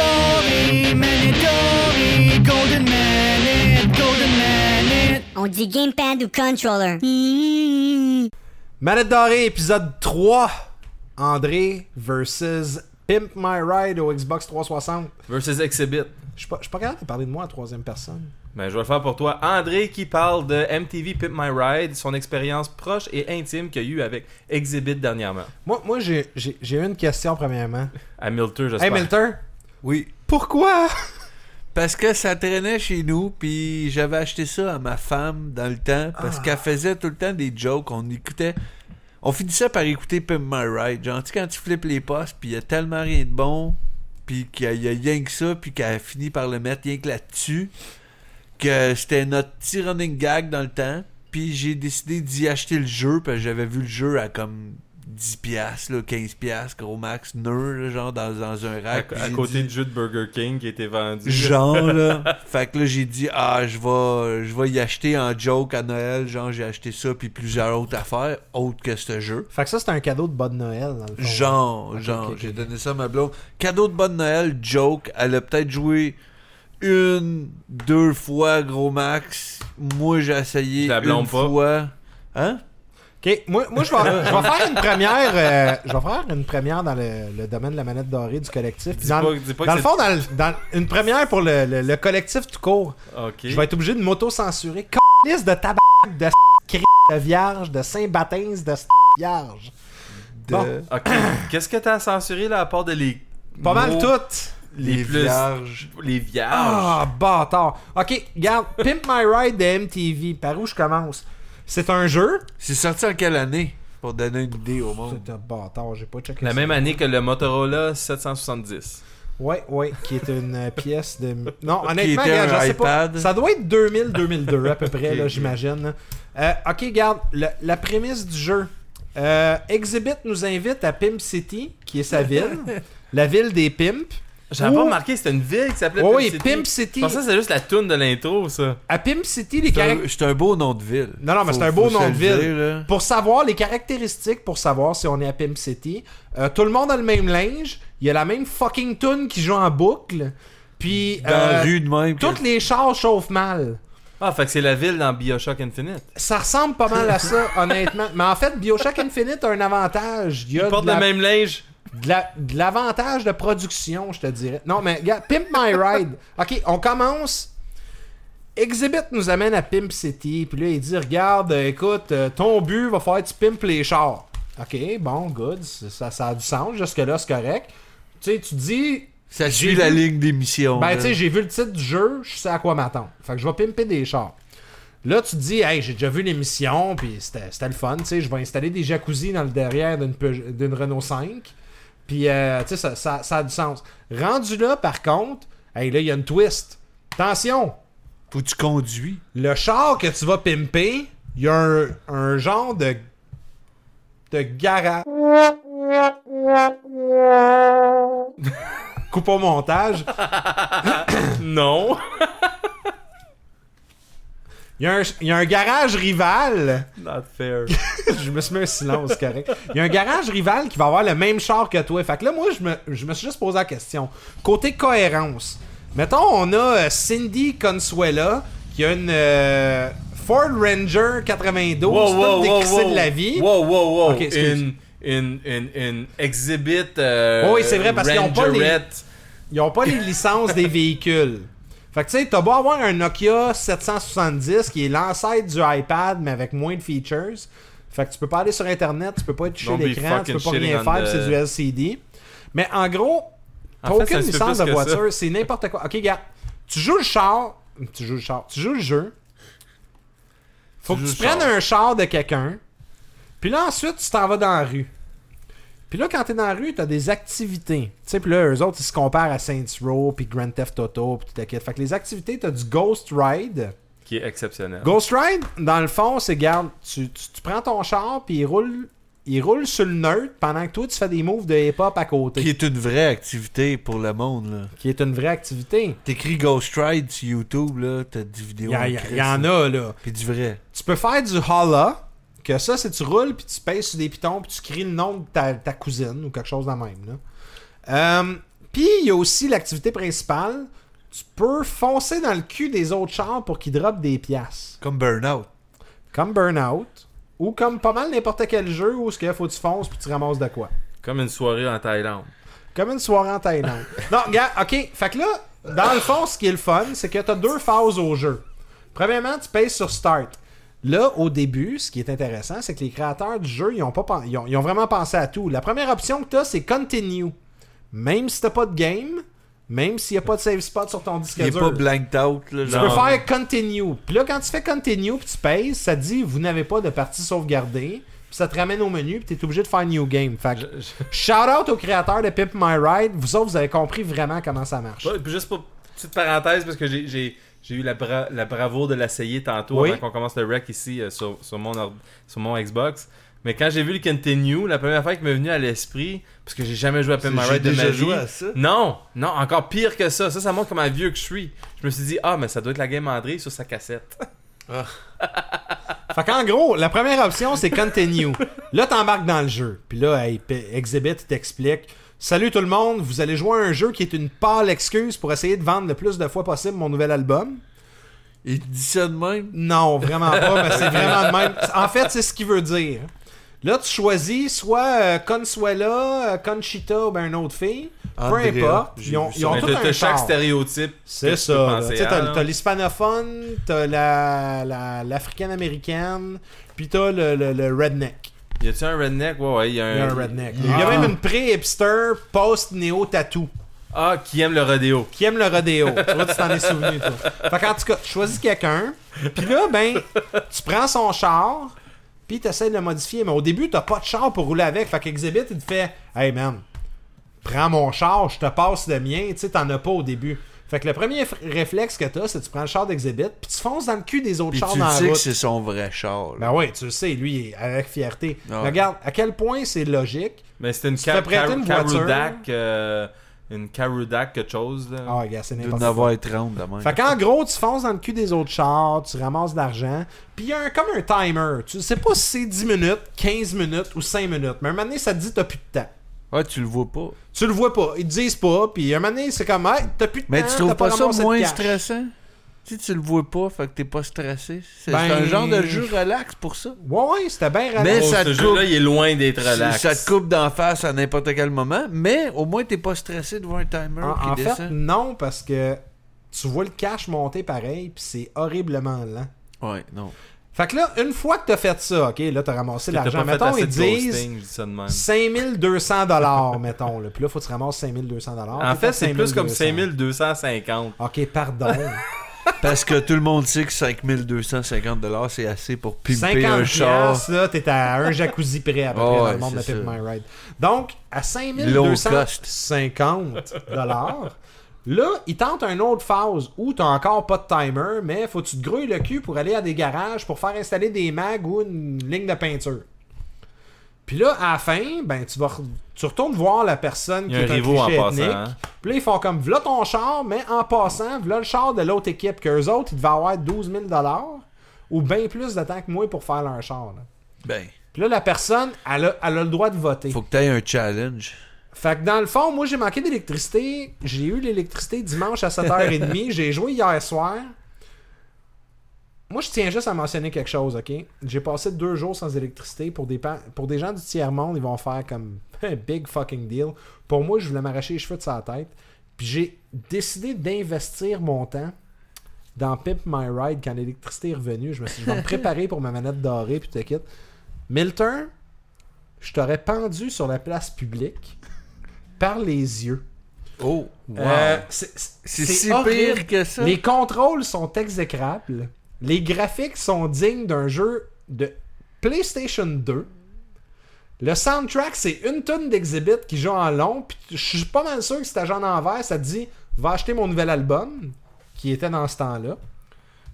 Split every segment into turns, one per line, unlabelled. Manitori, Manitori, Golden Manit, Golden Manit.
On dit gamepad ou controller. Mmh.
Manette dorée, épisode 3. André versus Pimp My Ride au Xbox 360.
Versus Exhibit.
Je suis pas, je suis pas capable de parler de moi en troisième personne.
Ben, je vais le faire pour toi. André qui parle de MTV Pimp My Ride, son expérience proche et intime qu'il y a eu avec Exhibit dernièrement.
Moi, moi j'ai- j'ai j'ai une question premièrement.
À Milter,
Hey
j'espère.
Milter,
Oui,
pourquoi
parce que ça traînait chez nous, puis j'avais acheté ça à ma femme dans le temps, parce
Ah.
qu'elle faisait tout le temps des jokes. On écoutait. On finissait par écouter Pimp My Ride. Genre, tu sais, quand tu flippes les postes, puis il y a tellement rien de bon, puis qu'il y a- il y a rien que ça, puis qu'elle a fini par le mettre rien que là-dessus, que c'était notre petit running gag dans le temps. Puis j'ai décidé d'y acheter le jeu, parce que j'avais vu le jeu à comme 10$, piastres, là, 15$, piastres, gros max, nœud, là, genre dans, dans un
À,
rack. puis
à
j'ai
côté
dit-
du jeu de Burger King qui était vendu.
Genre, là. fait que là, j'ai dit, ah, je vais, je vais y acheter en joke à Noël. Genre, j'ai acheté ça, puis plusieurs autres affaires, autres que ce jeu.
Fait que ça, c'est un cadeau de bonne Noël, dans le fond.
Genre,
Oh. Ok,
genre,
ok, ok.
j'ai donné ça à ma blonde. Cadeau de bonne Noël, joke. Elle a peut-être joué une, deux fois, gros max. Moi, j'ai essayé
La blonde
une
pas.
fois. Hein?
Ok, moi, moi je vais je vais faire une première euh, je vais faire une première dans le, le domaine de la manette dorée du collectif.
Dis
Dans,
pas- dis pas que
dans le
c'est-
fond, dans, le- dans- une première pour le, le- le collectif tout court.
Ok.
Je vais être obligé de m'auto-censurer. Calice de tabac, de crise de vierge, de Saint-Baptiste, de s- vierge.
De-
Bon.
Ok. Qu'est-ce que t'as censuré là à part de les.
Pas mal
mots,
toutes.
Les,
Les
plus.
vierges.
Les vierges.
Ah, bâtard. Ok, regarde, Pimp My Ride de MTV. Par où je commence C'est un jeu.
C'est sorti en quelle année? Pour donner une idée au monde.
C'est un bâtard, j'ai pas checké
La
ça.
même année que le Motorola 770.
Ouais, ouais, qui est une euh, pièce de. Non,
Qui
honnêtement,
était
regarde,
un
je sais pas.
iPad.
Ça doit être 2000-2002 à peu près,
Ok,
là,
ok.
j'imagine. Euh, ok, regarde, le- la prémisse du jeu. Euh, Exhibit nous invite à Pimp City, qui est sa ville, la ville des pimps.
J'avais
Ouh.
pas remarqué, c'était une ville qui s'appelait
Ouais,
Pimp
ouais,
City.
Pimp City.
Je pensais que c'était juste la toune de l'intro, ça.
À Pimp City, les
C'est un,
caractéristiques.
c'est un beau nom de ville.
Non, non, mais
Faut-
c'est un beau nom
faut se
de
le
ville.
dire, là.
Pour savoir les caractéristiques, pour savoir si on est à Pimp City, euh, tout le monde a le même linge, il y a la même fucking tune qui joue en boucle, puis
Dans
euh,
la rue de même. que-
toutes les chars chauffent mal.
Ah, fait que c'est la ville dans Bioshock Infinite.
Ça ressemble pas mal à ça, honnêtement. Mais en fait, Bioshock Infinite a un avantage. Il y a
Porte
de la-
le même linge.
de la- de l'avantage de production, je te dirais. Non, mais gars, Pimp My Ride. OK, on commence. Exhibit nous amène à Pimp City. Puis là, il dit Regarde, euh, écoute, euh, ton but va falloir que tu pimpes les chars. OK, bon, good. c- Ça, ça a du sens. Jusque-là, c'est correct. Tu sais, tu dis
Ça suit la ligne d'émission.
Ben,
là.
tu sais, j'ai vu le titre du jeu, je sais à quoi m'attendre. Fait que je vais pimper des chars. Là, tu te dis, hey, j'ai déjà vu l'émission, puis c'était c'était le fun, tu sais, je vais installer des jacuzzi dans le derrière d'une Peu- d'une Renault 5. Puis, euh, tu sais, ça, ça- ça a du sens. Rendu là, par contre, hey, là, il y a une twist. Attention,
Faut que tu conduis.
le char que tu vas pimper, il y a un, un genre de de garage. Coupe au montage.
Non.
Il y, a un, il y a un garage rival.
Not fair.
je me suis mis un silence, c'est correct. Il y a un garage rival qui va avoir le même char que toi. Fait que là, moi, je me, je me suis juste posé la question. Côté cohérence, mettons, on a euh, Cindy Consuela qui a une euh, Ford Ranger 92, toute décrissée de la vie.
Wow, wow, wow.
Ok, excuse.
une, une, une, une exhibit. euh,
Oh oui, c'est vrai, parce qu'ils ont pas les-
Rangerette.
Ils ont pas les licences des véhicules. Fait que tu sais, t'as beau avoir un Nokia 770 qui est l'ancêtre du iPad mais avec moins de features. Fait que tu peux pas aller sur internet, tu peux pas toucher
Don't be
l'écran, tu peux pas
fucking
rien
shitting
faire,
on
puis c'est
the-
du LCD. Mais en gros, t'as
En fait,
aucune
ça se fait
licence
plus
de
que ça.
voiture, c'est n'importe quoi. Ok, regarde, tu joues le char, tu joues le char, tu joues le jeu. Faut
Tu
que
joues
tu
le
prennes
char.
un char de quelqu'un, puis là ensuite tu t'en vas dans la rue. Puis là, quand t'es dans la rue, t'as des activités. Tu sais, puis là, eux autres, ils se comparent à Saints Row, puis Grand Theft Auto, puis tout le kit. Fait que les activités, t'as du Ghost Ride.
Qui est exceptionnel.
Ghost Ride, dans le fond, c'est, garde, tu, tu- tu prends ton char, puis il roule, il roule sur le neutre pendant que toi, tu fais des moves de hip-hop à côté.
Qui est une vraie activité pour le monde, là.
Qui est une vraie activité.
T'écris Ghost Ride sur YouTube, là, t'as des
Il
vidéos.
y, a-
en
il y a-
crise,
il y en
là.
a, là.
Puis du vrai.
Tu peux faire du holla, que ça, c'est tu roules, puis tu pèses sur des pitons, puis tu cries le nom de ta, ta cousine ou quelque chose de même. Là. Euh, Puis il y a aussi l'activité principale. Tu peux foncer dans le cul des autres chars pour qu'ils droppent des piastres.
Comme Burnout.
Comme Burnout. Ou comme pas mal n'importe quel jeu où ce qu'il faut que tu fonces puis tu ramasses de quoi.
Comme une soirée en Thaïlande.
Comme une soirée en Thaïlande. non, gars, ok. Fait que là, dans le fond, ce qui est le fun, c'est que t'as deux phases au jeu. Premièrement, tu payes sur Start. Là, au début, ce qui est intéressant, c'est que les créateurs du jeu, ils ont, pas pen- ils ont, ils ont vraiment pensé à tout. La première option que t'as, c'est Continue. Même si t'as pas de game, même s'il n'y a pas de save spot sur ton disque
Il est
dur.
pas blanked out,
Tu peux
là. genre.
faire continue. Puis là, quand tu fais continue, puis tu payes, ça te dit vous n'avez pas de partie sauvegardée. Puis ça te ramène au menu, puis t'es obligé de faire new game. Fait que, shout out au créateur de Pimp My Ride. Vous autres, vous avez compris vraiment comment ça marche.
Ouais, puis juste pour petite parenthèse, parce que j'ai- j'ai j'ai eu la, bra la bravoure de l'essayer tantôt
Oui.
avant qu'on commence le rec ici euh, sur, sur mon ord- sur mon Xbox. Mais quand j'ai vu le Continue, la première affaire qui m'est venue à l'esprit, parce que j'ai jamais joué à Pimp My
J'ai
Ride de ma
déjà
vie.
joué à ça.
Non, non, encore pire que ça. Ça, ça montre comment vieux que je suis. Je me suis dit, ah, mais ça doit être la game André sur sa cassette.
Fait qu'en gros, la première option, c'est continue. là, t'embarques dans le jeu. Puis là, hey, P- Exhibit il t'explique. Salut tout le monde, vous allez jouer à un jeu qui est une pâle excuse pour essayer de vendre le plus de fois possible mon nouvel album.
Il te dit ça de même.
Non, vraiment pas, mais c'est vraiment le même. En fait, c'est ce qu'il veut dire. Là, tu choisis soit euh, Consuela, euh, Conchita ou ben une autre fille.
Andrea,
Peu importe.
j'ai
Ils ont,
vu ça.
ils ont
Mais
tout
t'as-
un
t'as chaque
charme.
stéréotype. que
C'est
tu
ça.
peux
là.
penser
Tu sais,
à,
T'as
là.
t'as l'hispanophone, t'as la- la- l'africaine-américaine, puis t'as le, le, le redneck.
Y a-tu un redneck? Ouais, ouais, y a un.
Il y a un redneck. Il y a
Ah.
même une pré-hipster post-néo-tattoo
Ah, qui aime le rodéo.
qui aime le rodéo. tu vois, tu t'en es souvenu, toi. Fait qu'en tout cas, tu choisis quelqu'un, puis là, ben, tu prends son char, puis tu essaies de le modifier. Mais au début, t'as pas de char pour rouler avec. Fait qu'Exhibit, il te fait Hey man, prends mon char, je te passe le mien. Tu sais, t'en as pas au début. Fait que le premier f- réflexe que t'as, c'est que tu prends le char d'Exhibit, puis tu fonces dans le cul des autres
Puis
chars
tu
dans
le
la
sais que
route.
c'est son vrai char. là.
Ben oui, tu le sais, lui, il est avec fierté.
Ah ouais.
Mais Regarde, à quel point c'est logique.
Mais c'était une
Tu te fais prêter une voiture.
Carudac. euh, Une Carudac, quelque chose. là.
Ah, regarde, c'est
De
n'importe quoi.
9 h 30 de même.
Fait qu'en gros, tu fonces dans le cul des autres chars, tu ramasses de l'argent, puis il y a un, comme un timer. Tu sais pas si c'est 10 minutes, 15 minutes ou 5 minutes, mais un moment donné, ça te dit t'as plus de temps.
Ouais, tu le vois pas.
Tu le vois pas, ils te disent pas, puis un moment donné, c'est comme, hey, t'as plus de
Mais
temps.
tu
Ah, t'as
trouves pas, ça
ramassé de
moins
cash.
stressant? Si tu le vois pas, fait que t'es pas stressé. C'est
Ben-
c'est un genre de jeu relax pour ça.
Ouais, ouais, c'était bien relax.
Mais
Oh,
ça
ce
te
jeu-là,
coupe.
il est loin d'être
Ça
relax.
ça te coupe d'en face à n'importe quel moment, mais au moins t'es pas stressé de voir un timer
En,
qui
en
descend.
fait, non, parce que tu vois le cash monter pareil, puis c'est horriblement lent.
Ouais, non.
Fait que là, une fois que t'as fait ça, ok, là, t'as ramassé
T'as
l'argent,
pas fait
mettons,
assez
ils
de
disent.
ghosting, je dis ça de même.
5200 dollars mettons là. Puis là faut que tu ramasses 5200 dollars.
En fait, c'est plus comme 5250.
OK, pardon.
Parce que tout le monde sait que 5250$ c'est assez pour pimper
50
un char.
piastres, là, t'es à un jacuzzi près à peu près
Oh,
dans
ouais,
le monde de
c'est
Pimp
ça.
My Ride. Donc, à
Low cost.
5250 dollars, là, ils tentent une autre phase où t'as encore pas de timer, mais faut que tu te grouilles le cul pour aller à des garages pour faire installer des mags ou une ligne de peinture. Puis là, à la fin, ben, tu vas re- tu retournes voir la personne
Il
qui
y a un
est un
rivaux en
cliché
passant.
ethnique.
hein.
Puis là, ils font comme, v'là ton char, mais en passant, v'là le char de l'autre équipe. Qu'eux autres, ils devaient avoir 12 000 ou bien plus de temps que moi pour faire leur char. là.
Ben,
Puis là, la personne, elle a, elle a le droit de voter.
faut que t'aies un challenge.
Fait que dans le fond, moi, j'ai manqué d'électricité. J'ai eu l'électricité dimanche à 7h30. j'ai joué hier soir. Moi, je tiens juste à mentionner quelque chose, OK? J'ai passé deux jours sans électricité. Pour des, pa- pour des gens du tiers-monde, ils vont faire comme un big fucking deal. Pour moi, je voulais m'arracher les cheveux de sa tête. Puis j'ai décidé d'investir mon temps dans Pimp My Ride quand l'électricité est revenue. Je me suis dit, je vais me préparer pour ma manette dorée, puis t'inquiète. Milton, je t'aurais pendu sur la place publique par les yeux.
Oh, wow.
Euh, c'est
c'est
c'est-
si
c'est horrible.
pire que ça.
Les contrôles sont exécrables. Les graphiques sont dignes d'un jeu de PlayStation 2. Le soundtrack, c'est une tonne d'exhibits qui joue en long. Puis je suis pas mal sûr que si t'as Jean Envers, ça te dit Va acheter mon nouvel album, qui était dans ce temps-là.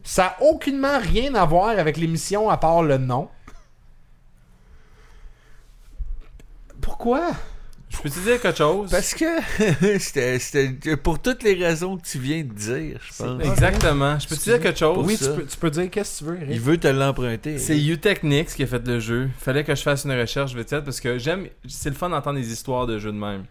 Ça a aucunement rien à voir avec l'émission à part le nom. Pourquoi
Je peux te dire quelque chose?
Parce que c'était- c'était pour toutes les raisons que tu viens de dire, je pense.
Exactement. Je peux te dire quelque chose?
Oui,
ça.
tu peux, tu peux dire qu'est-ce que tu veux.
Il
Eric.
veut te l'emprunter.
C'est U-Technics qui a fait le jeu. Fallait que je fasse une recherche vite fait, parce que j'aime. C'est le fun d'entendre des histoires de jeux de même.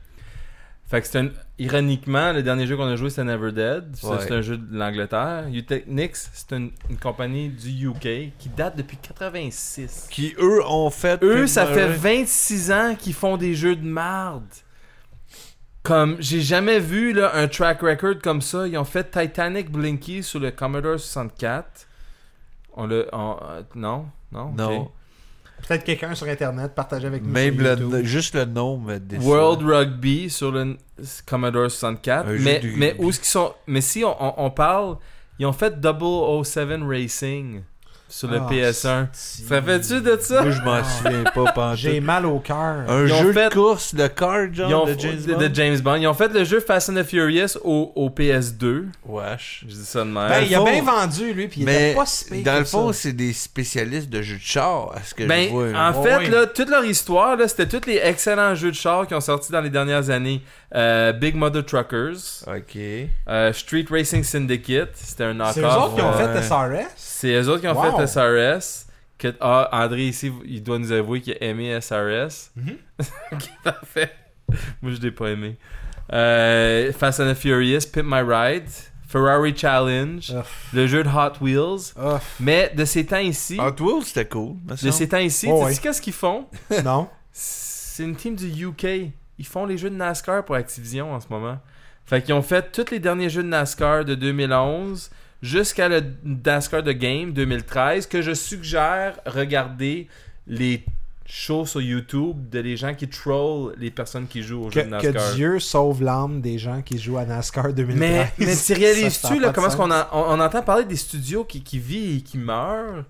Fait que c'est un. Ironiquement, le dernier jeu qu'on a joué, c'est Never Dead. Ça,
Ouais.
C'est un jeu de l'Angleterre. Utechnics, c'est une, une compagnie du UK qui date depuis 86.
Qui, eux, ont fait.
Eux,
Pimp
ça
My
fait
Ride.
26 ans qu'ils font des jeux de marde. Comme, j'ai jamais vu là, un track record comme ça. Ils ont fait Titanic Blinky sur le Commodore 64. On le. on- euh, non? Non? ok.
Non.
Peut-être quelqu'un sur Internet, partagez avec nous.
Même
sur YouTube.
le, juste le nom me déçoit.
World Rugby sur le Commodore 64.
Un jeu
mais,
de rugby.
mais où ce qu'ils sont. Mais si on, on- on parle, ils ont fait 007 Racing sur le
Ah,
PS1.
c'est-
Ça fait-tu de ça?
Moi, je m'en souviens pas
J'ai
pantoute.
mal au cœur.
Un
Ils ont
jeu
fait-
de course, de car, genre,
Ils ont
de
f-
James
de-
Bond.
de James Bond. Ils ont fait le jeu Fast and the Furious au, au PS2.
Wesh.
Je dis ça de même.
Ben, il a
fond-
bien vendu, lui, puis il
Mais
était pas si pire
dans le
que ça.
fond, c'est des spécialistes de jeux de char, à ce que
Ben,
je vois. là.
en fait,
Ouais.
là, toute leur histoire, là, c'était tous les excellents jeux de chars qui ont sorti dans les dernières années. Euh, Big Mother Truckers,
Ok.
euh, Street Racing Syndicate, c'était un euh, knock
C'est eux autres qui ont
Ouais.
fait SRS.
C'est eux autres qui ont
Wow.
fait SRS. Que, ah, André ici, il doit nous avouer qu'il a aimé SRS.
Mhm.
ok, parfait. Moi, je l'ai pas aimé. Euh, Fast and the Furious, Pimp My Ride, Ferrari Challenge,
Ouf.
le jeu de Hot Wheels.
Ouf.
Mais de ces temps ici,
Hot Wheels, c'était cool. me
de
semble.
ces temps ici,
Ah, Oh,
tu
ouais.
sais qu'est-ce qu'ils font?
non.
C'est une team du UK. Ils font les jeux de NASCAR pour Activision en ce moment. Fait qu'ils ont fait tous les derniers jeux de NASCAR de 2011 jusqu'à le NASCAR de Game 2013 que je suggère regarder les shows sur YouTube de les gens qui trollent les personnes qui jouent aux
Que,
jeux de NASCAR.
que Dieu sauve l'âme des gens qui jouent à NASCAR 2013.
Mais, mais tu
Ça, ça a
réalises-tu
pas
là,
de
comment est-ce
sens.
qu'on en- on, on entend parler des studios qui, qui vivent et qui meurent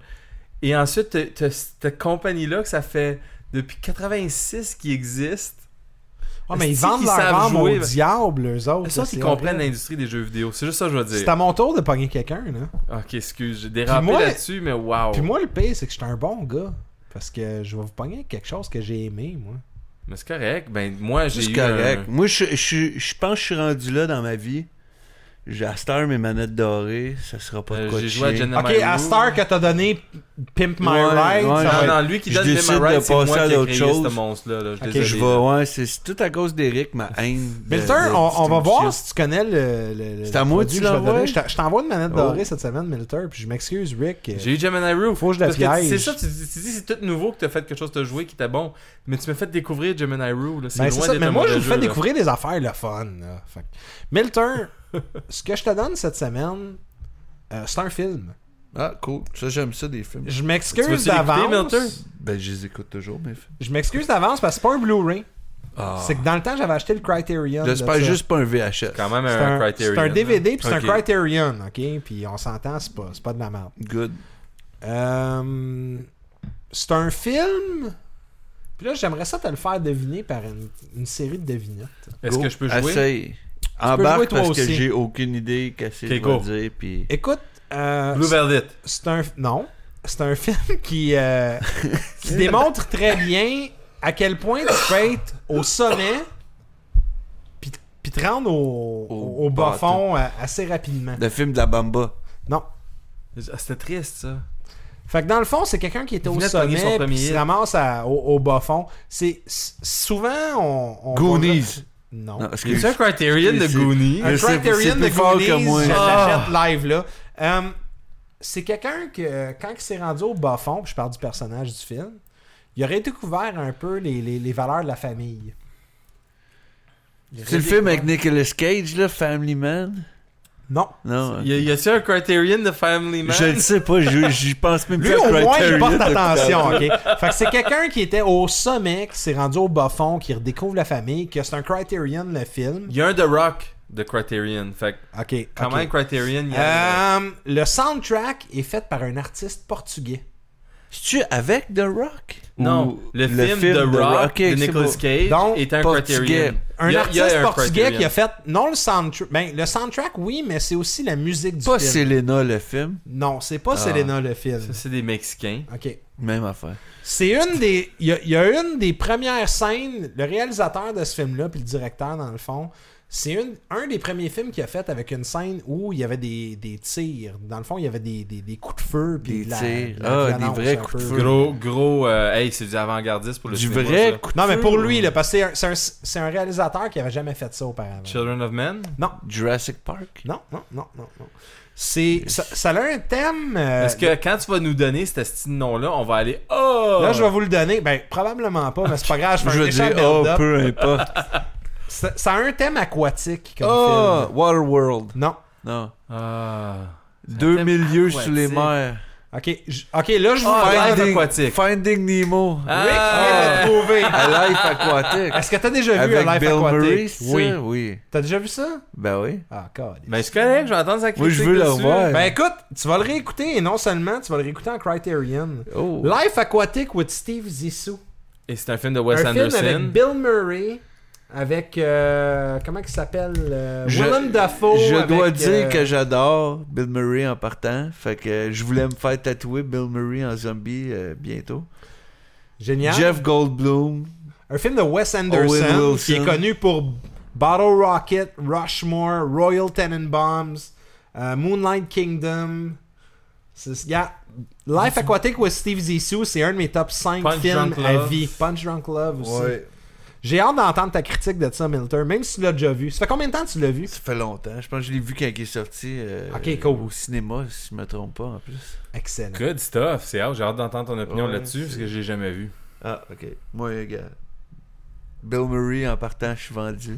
et ensuite t'as- t'as cette compagnie-là que ça fait depuis 86 qui existe
Ah, mais ils
Est-ce
vendent
qu'ils
leur
savent
âme
jouer,
au
ben-
diable, eux autres.
Ça,
là,
qui
c'est
comprennent
horrible.
l'industrie des jeux vidéo. C'est juste ça que je veux
C'est
dire.
à mon tour de pogner quelqu'un, là.
Ok, excuse, j'ai dérapé
moi-
là-dessus, mais wow.
Puis moi, le pire, c'est que je suis un bon gars. Parce que je vais vous pogner avec quelque chose que j'ai aimé, moi.
Mais c'est correct. Ben, moi, j'ai
C'est
eu
correct.
un- euh,
Moi, je, je, je pense que je suis rendu là dans ma vie. J'ai à cette heure mes manettes dorées, ça sera pas
euh,
de quoi de
j'ai joué à
chien.
Jenna
Ok, à Star que t'as donné Pimp My
Ouais,
Ride,
ouais,
ça
Non,
va
non,
être-
lui qui
Je
donne Pimp
décide
My Ride,
de
c'est moi
passer à
qui ai
d'autres
créé
choses.
ce monstre-là. là. Je suis
Ok,
Je
désolé.
vais, ouais, c'est c'est tout à cause d'Eric, ma haine. de-
Mais
de-
Milter,
de-
on, on va
du
voir
shit.
si tu connais le. le- le
C'est à moi que
produit
tu
je vais
l'envoies?
donner. Je t'en- je t'envoie une manette
Oh.
dorée cette semaine, Milter, puis je m'excuse, Rick. euh,
J'ai eu Gemini Roof.
Faut que je la
Parce que
piège.
c'est ça, tu, tu dis c'est tout nouveau que t'as fait quelque chose, t'as joué qui était bon. Mais tu m'as fait découvrir Gemini Roof. là. C'est
ben, c'est
loin
ça.
d'être
Mais
un
moi, je
mauvais
vous fais
jeu, là.
découvrir des affaires le fun. là. Fait que- Milter, ce que je te donne cette semaine, euh, c'est un film.
Ah, cool. Ça, j'aime ça des films.
Je
Tu veux-tu
m'excuse
l'écouter,
d'avance.
Milter?
Ben, je les écoute toujours, mes films.
Je m'excuse d'avance parce que c'est pas un Blu-ray.
Ah.
C'est que dans le temps, j'avais acheté le Criterion. de
J'espère
Ah, ben, ça.
juste pas un VHS.
Quand même
C'est
un,
un,
Criterion.
c'est un DVD
là.
puis c'est
Ok.
un Criterion, ok? Puis on s'entend, c'est pas, c'est pas de la merde.
Good.
Euh, c'est un film. Puis là, j'aimerais ça te le faire deviner par une, une série de devinettes.
Est-ce
Go.
que je peux jouer
Essaye.
jouer,
Embarque
toi
parce que
aussi.
j'ai aucune idée qu'est-ce que
Ok,
je vais
go.
dire. Puis...
Écoute, euh,
Blue Velvet.
c'est un. Non. C'est un film qui, euh, qui démontre très bien à quel point tu peux être au sommet puis, puis te rendre au,
Au
au, au bas
bas,
fond euh, assez rapidement.
Le film de la Bamba.
Non.
Ah, C'était triste, ça.
Fait que dans le fond, c'est quelqu'un qui était
Il
au
venait de pogner son
sommet
premier
puis qui se
hit.
ramasse à- au, au bas fond. C'est s- souvent on. on
Goonies.
Non.
Non,
Il
excuse.
y a un Criterion de
C'est-
Goonies.
Je
Un
sais, c'est
Criterion
plus
de
fort que
Goonies,
moi.
je
Ah.
l'achète live là. Hum, c'est quelqu'un que quand il s'est rendu au bas fond, puis je parle du personnage du film, il aurait découvert un peu les, les- les valeurs de la famille. Il aurait
C'est le film
découvert-
avec Nicolas Cage, là, Family Man?
Non.
Non.
Y a- Y a-tu un Criterion de Family Man
Je ne sais pas, je- j'y pense même
Lui
plus à
au moins il
Criterion.
porte attention, ok. Fait que c'est quelqu'un qui était au sommet, qui s'est rendu au bas fond, qui redécouvre la famille, que c'est un Criterion le film.
Il y a un The Rock de Criterion. Fait que
Ok.
quand
ok.
même, Criterion, il y a.
Hum, le soundtrack est fait par un artiste portugais.
C'est-tu avec The Rock?
non,
Ou
le, film, The Rock
Ok,
de
c'est
Nicolas
beau.
Cage
Donc,
est un
portugais.
Criterion.
Un
Il y a- il y
artiste
a un
portugais
Criterion.
qui a fait non le soundtrack, ben le soundtrack oui, mais c'est aussi la musique du
Pas
film.
Selena, le film.
Non, c'est
Ah.
pas Selena le film.
Ça, c'est des Mexicains.
Ok.
Même affaire.
C'est une des, il y, a- il y a une des premières scènes. Le réalisateur de ce film-là puis le directeur dans le fond, C'est une- un des premiers films qu'il a fait avec une scène où il y avait des, des tirs. Dans le fond, il y avait des, des- des coups de feu. Puis
Des
de la-
tirs.
de la
Ah, des
violence
vrais
un
coups de
peu.
feu.
Gros, gros. euh, hey, c'est du avant-gardiste pour le
Du
cinéma,
vrai
ça.
coup de
Non, mais
feu,
pour
ou-
lui, là, parce que c'est un- c'est un, c'est un réalisateur qui avait jamais fait ça auparavant.
Children of Men.
Non,
Jurassic Park.
non, non, non, non. non. C'est, ça, ça a un thème. euh,
Est-ce que quand tu vas nous donner ce petit nom-là, on va aller. Oh
Là, je vais vous le donner. Ben, probablement pas, mais c'est pas grave. Je
Ah. Je
fais un
veux
méchant
dire, oh,
build-up.
peu importe.
Ça, ça a un thème aquatique comme
oh,
film.
Waterworld.
Non.
Non.
Ah.
Deux
thème
milieux sous les
aquatique.
mers.
Ok, j- ok, là, je vous
Ah,
donne-
Life
Finding,
aquatique.
Finding Nemo.
Ah.
Rick vient de trouver.
À Life Aquatic.
Est-ce que t'as déjà vu
Avec
un live
Bill
aquatique?
Murray, c'est ça?
oui.
Oui.
T'as déjà vu ça?
Ben oui.
Ah, God.
Ben, c'est correct, je vais entendre sa critique.
Moi, je veux le
dessus.
voir.
Ben écoute, tu vas le réécouter et non seulement, tu vas le réécouter en Criterion.
Oh.
Life Aquatic with Steve Zissou.
Et c'est un film de Wes
un
Anderson.
film avec Bill Murray, avec euh, comment il s'appelle euh,
Je-
Willem Dafoe.
je
avec,
dois dire
euh,
que j'adore Bill Murray en partant. Fait que je voulais me faire tatouer Bill Murray en zombie euh, bientôt.
génial.
Jeff Goldblum.
Un film de Wes
Owen
Anderson
Wilson.
qui est connu pour Bottle Rocket, Rushmore, Royal Tenenbaums, euh, Moonlight Kingdom. C'est- yeah. Life Aquatic with Steve Zissou, c'est un de mes top 5
Punch
films
Drunk
à
Love.
vie. Punch Drunk Love aussi. J'ai hâte d'entendre ta critique de ça, Milter, même si tu l'as déjà vu. Ça fait combien de temps que tu l'as vu?
Ça fait longtemps. Je pense que je l'ai vu quand il est sorti euh,
Ok, cool.
au cinéma, si je me trompe pas en plus.
Excellent.
Good stuff, c'est hâte, j'ai hâte d'entendre ton opinion
Ouais,
là-dessus
c'est-
parce que j'ai jamais vu.
Ah, ok. Moi, gars. Bill Murray en partant, je suis vendu.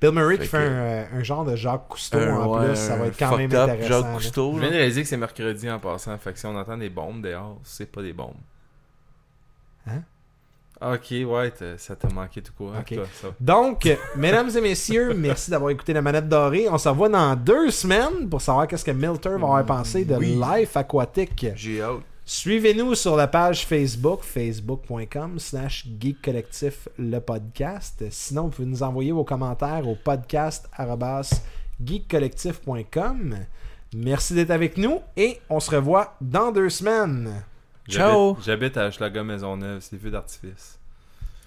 Bill Murray qui
Fait
fait
que-
un, euh, un genre de Jacques Cousteau
Un-
en
Euh, ouais,
plus, ça va
un
être quand même
fucked up
intéressant.
Jacques
là.
Je
Cousteau.
viens
là.
de réaliser que c'est mercredi en passant, fait que si on entend des bombes dehors, c'est pas des bombes.
Hein?
Ok, ouais, t'as- ça t'a manqué tout quoi.
Ok.
toi, ça.
Donc, euh, mesdames et messieurs, merci d'avoir écouté la manette dorée. On se revoit dans deux semaines pour savoir qu'est-ce que Milter va avoir pensé de
Oui.
Life Aquatique.
J'ai hâte.
Suivez-nous sur la page Facebook, facebook.com slash geek collectif le podcast. Sinon, vous pouvez nous envoyer vos commentaires au podcast arobase geekcollectif.com. Merci d'être avec nous et on se revoit dans deux semaines.
Ciao.
J'habite- J'habite à Maison Maisonneuve, c'est vu d'artifice.